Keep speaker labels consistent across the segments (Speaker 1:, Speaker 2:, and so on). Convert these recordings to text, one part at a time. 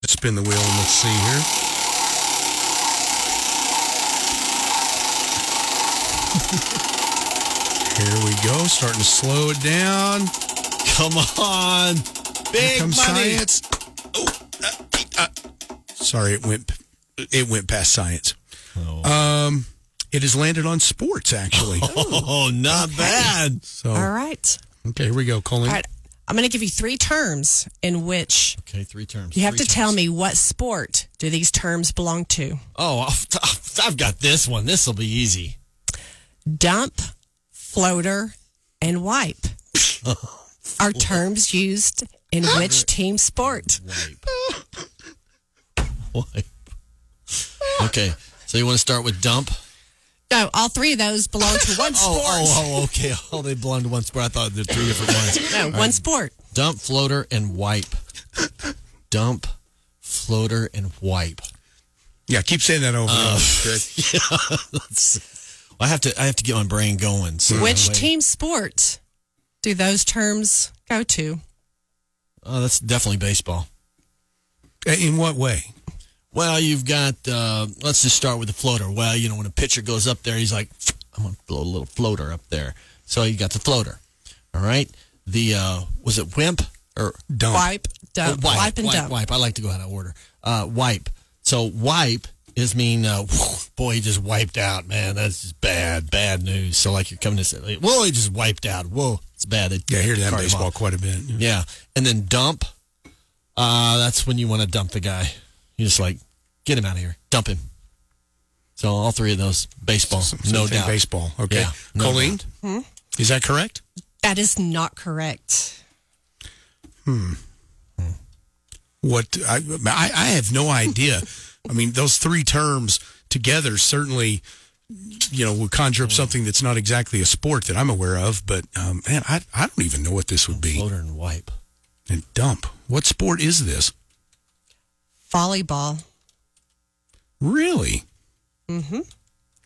Speaker 1: Let's spin the wheel and let's see here. here we go, starting to slow it down.
Speaker 2: Come on. Big money.
Speaker 1: comes science.
Speaker 2: Oh, uh, uh,
Speaker 1: Sorry, it went it went past science.
Speaker 2: Oh.
Speaker 1: Um, it has landed on sports actually.
Speaker 2: oh, not bad.
Speaker 1: So
Speaker 3: All right.
Speaker 1: okay, here we go, Colin.
Speaker 3: All right. I'm going to give you three terms in which
Speaker 2: Okay, three terms.
Speaker 3: you have
Speaker 2: Three
Speaker 3: to tell
Speaker 2: terms.
Speaker 3: me what sport do these terms belong to.
Speaker 2: Oh, I've- I've got this one. This will be easy.
Speaker 3: Dump, floater, and wipe are terms used in which team sport?
Speaker 2: Wipe. Wipe. Okay, so you want to start with dump?
Speaker 3: No, all three of those belong to one
Speaker 2: Oh,
Speaker 3: sport.
Speaker 2: oh, oh, okay. Oh, they belong to one sport. I thought they're three different ones.
Speaker 3: No, one sport.
Speaker 2: Dump, floater, and wipe. Dump, floater, and wipe.
Speaker 1: Yeah, keep saying that over. and over,
Speaker 2: Oh,
Speaker 1: Greg.
Speaker 2: I have to. I have to get my brain going. So
Speaker 3: Which
Speaker 2: Wait.
Speaker 3: team sport do those terms go to?
Speaker 2: Oh, that's definitely baseball.
Speaker 1: Uh, In what way?
Speaker 2: Well, you've got. Uh, let's just start with the floater. Well, you know when a pitcher goes up there, he's like, "I'm gonna blow a little floater up there." So you got the floater. All right. The uh, was it wimp or
Speaker 1: Dump.
Speaker 3: Wipe, dump,
Speaker 2: Oh,
Speaker 3: Uh, wipe, and
Speaker 2: wipe,
Speaker 3: dump.
Speaker 2: Wipe. I like to go out of order. Uh, wipe. So wipe is mean. Uh, whew, boy, he just wiped out. Man, that's just bad, bad news. So like you're coming to say, like, whoa, he just wiped out. Whoa, it's bad. It-
Speaker 1: Yeah, I hear that in
Speaker 2: Sorry,
Speaker 1: baseball
Speaker 2: Mom.
Speaker 1: quite a bit.
Speaker 2: Yeah, and then dump. Uh, that's when you want to dump the guy. You just like get him out of here, dump him. So all three of those baseball, no
Speaker 1: Something
Speaker 2: doubt.
Speaker 1: Baseball. Okay.
Speaker 2: Yeah, no
Speaker 1: Colleen, is that correct?
Speaker 3: That is not correct.
Speaker 1: What I, I I have no idea. I mean, those three terms together certainly, you know, would conjure up something that's not exactly a sport that I'm aware of. But um, man, I I don't even know what this would be.
Speaker 2: Floater and wipe.
Speaker 1: And dump. What sport is this?
Speaker 3: Volleyball.
Speaker 1: Really? Mm-hmm.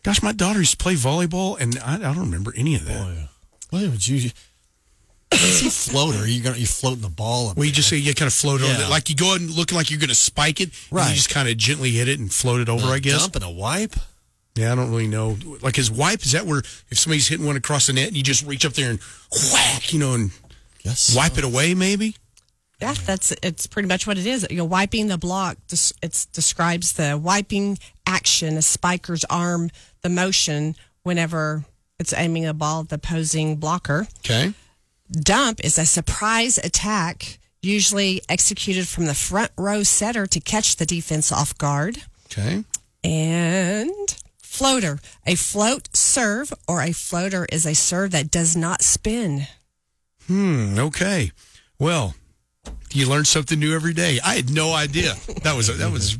Speaker 1: Gosh, my daughter used to play volleyball, and I, I don't remember any of that.
Speaker 2: Boy, why would you? floater. You're gonna you're floating the ball up.
Speaker 1: Well, you just say you kind of float over
Speaker 2: Yeah.
Speaker 1: it, like you go and looking like you're going to spike it. and
Speaker 2: Right.
Speaker 1: You just kind of gently hit it and float it over.
Speaker 2: A
Speaker 1: I guess.
Speaker 2: dump and a wipe.
Speaker 1: Yeah, I don't really know. Like his wipe, is that where if somebody's hitting one across the net, you just reach up there and whack, you know, and
Speaker 2: Yes.
Speaker 1: wipe it away, maybe?
Speaker 3: Yeah, that's it's pretty much what it is. You know, wiping the block. des- It describes the wiping action, a spiker's arm, the motion whenever it's aiming a ball at the opposing blocker.
Speaker 1: Okay.
Speaker 3: Dump is a surprise attack, usually executed from the front row setter to catch the defense off guard.
Speaker 1: Okay.
Speaker 3: And floater, a float serve or a floater is a serve that does not spin.
Speaker 1: Hmm. Okay. Well, you learn something new every day. I had no idea. That was, that was,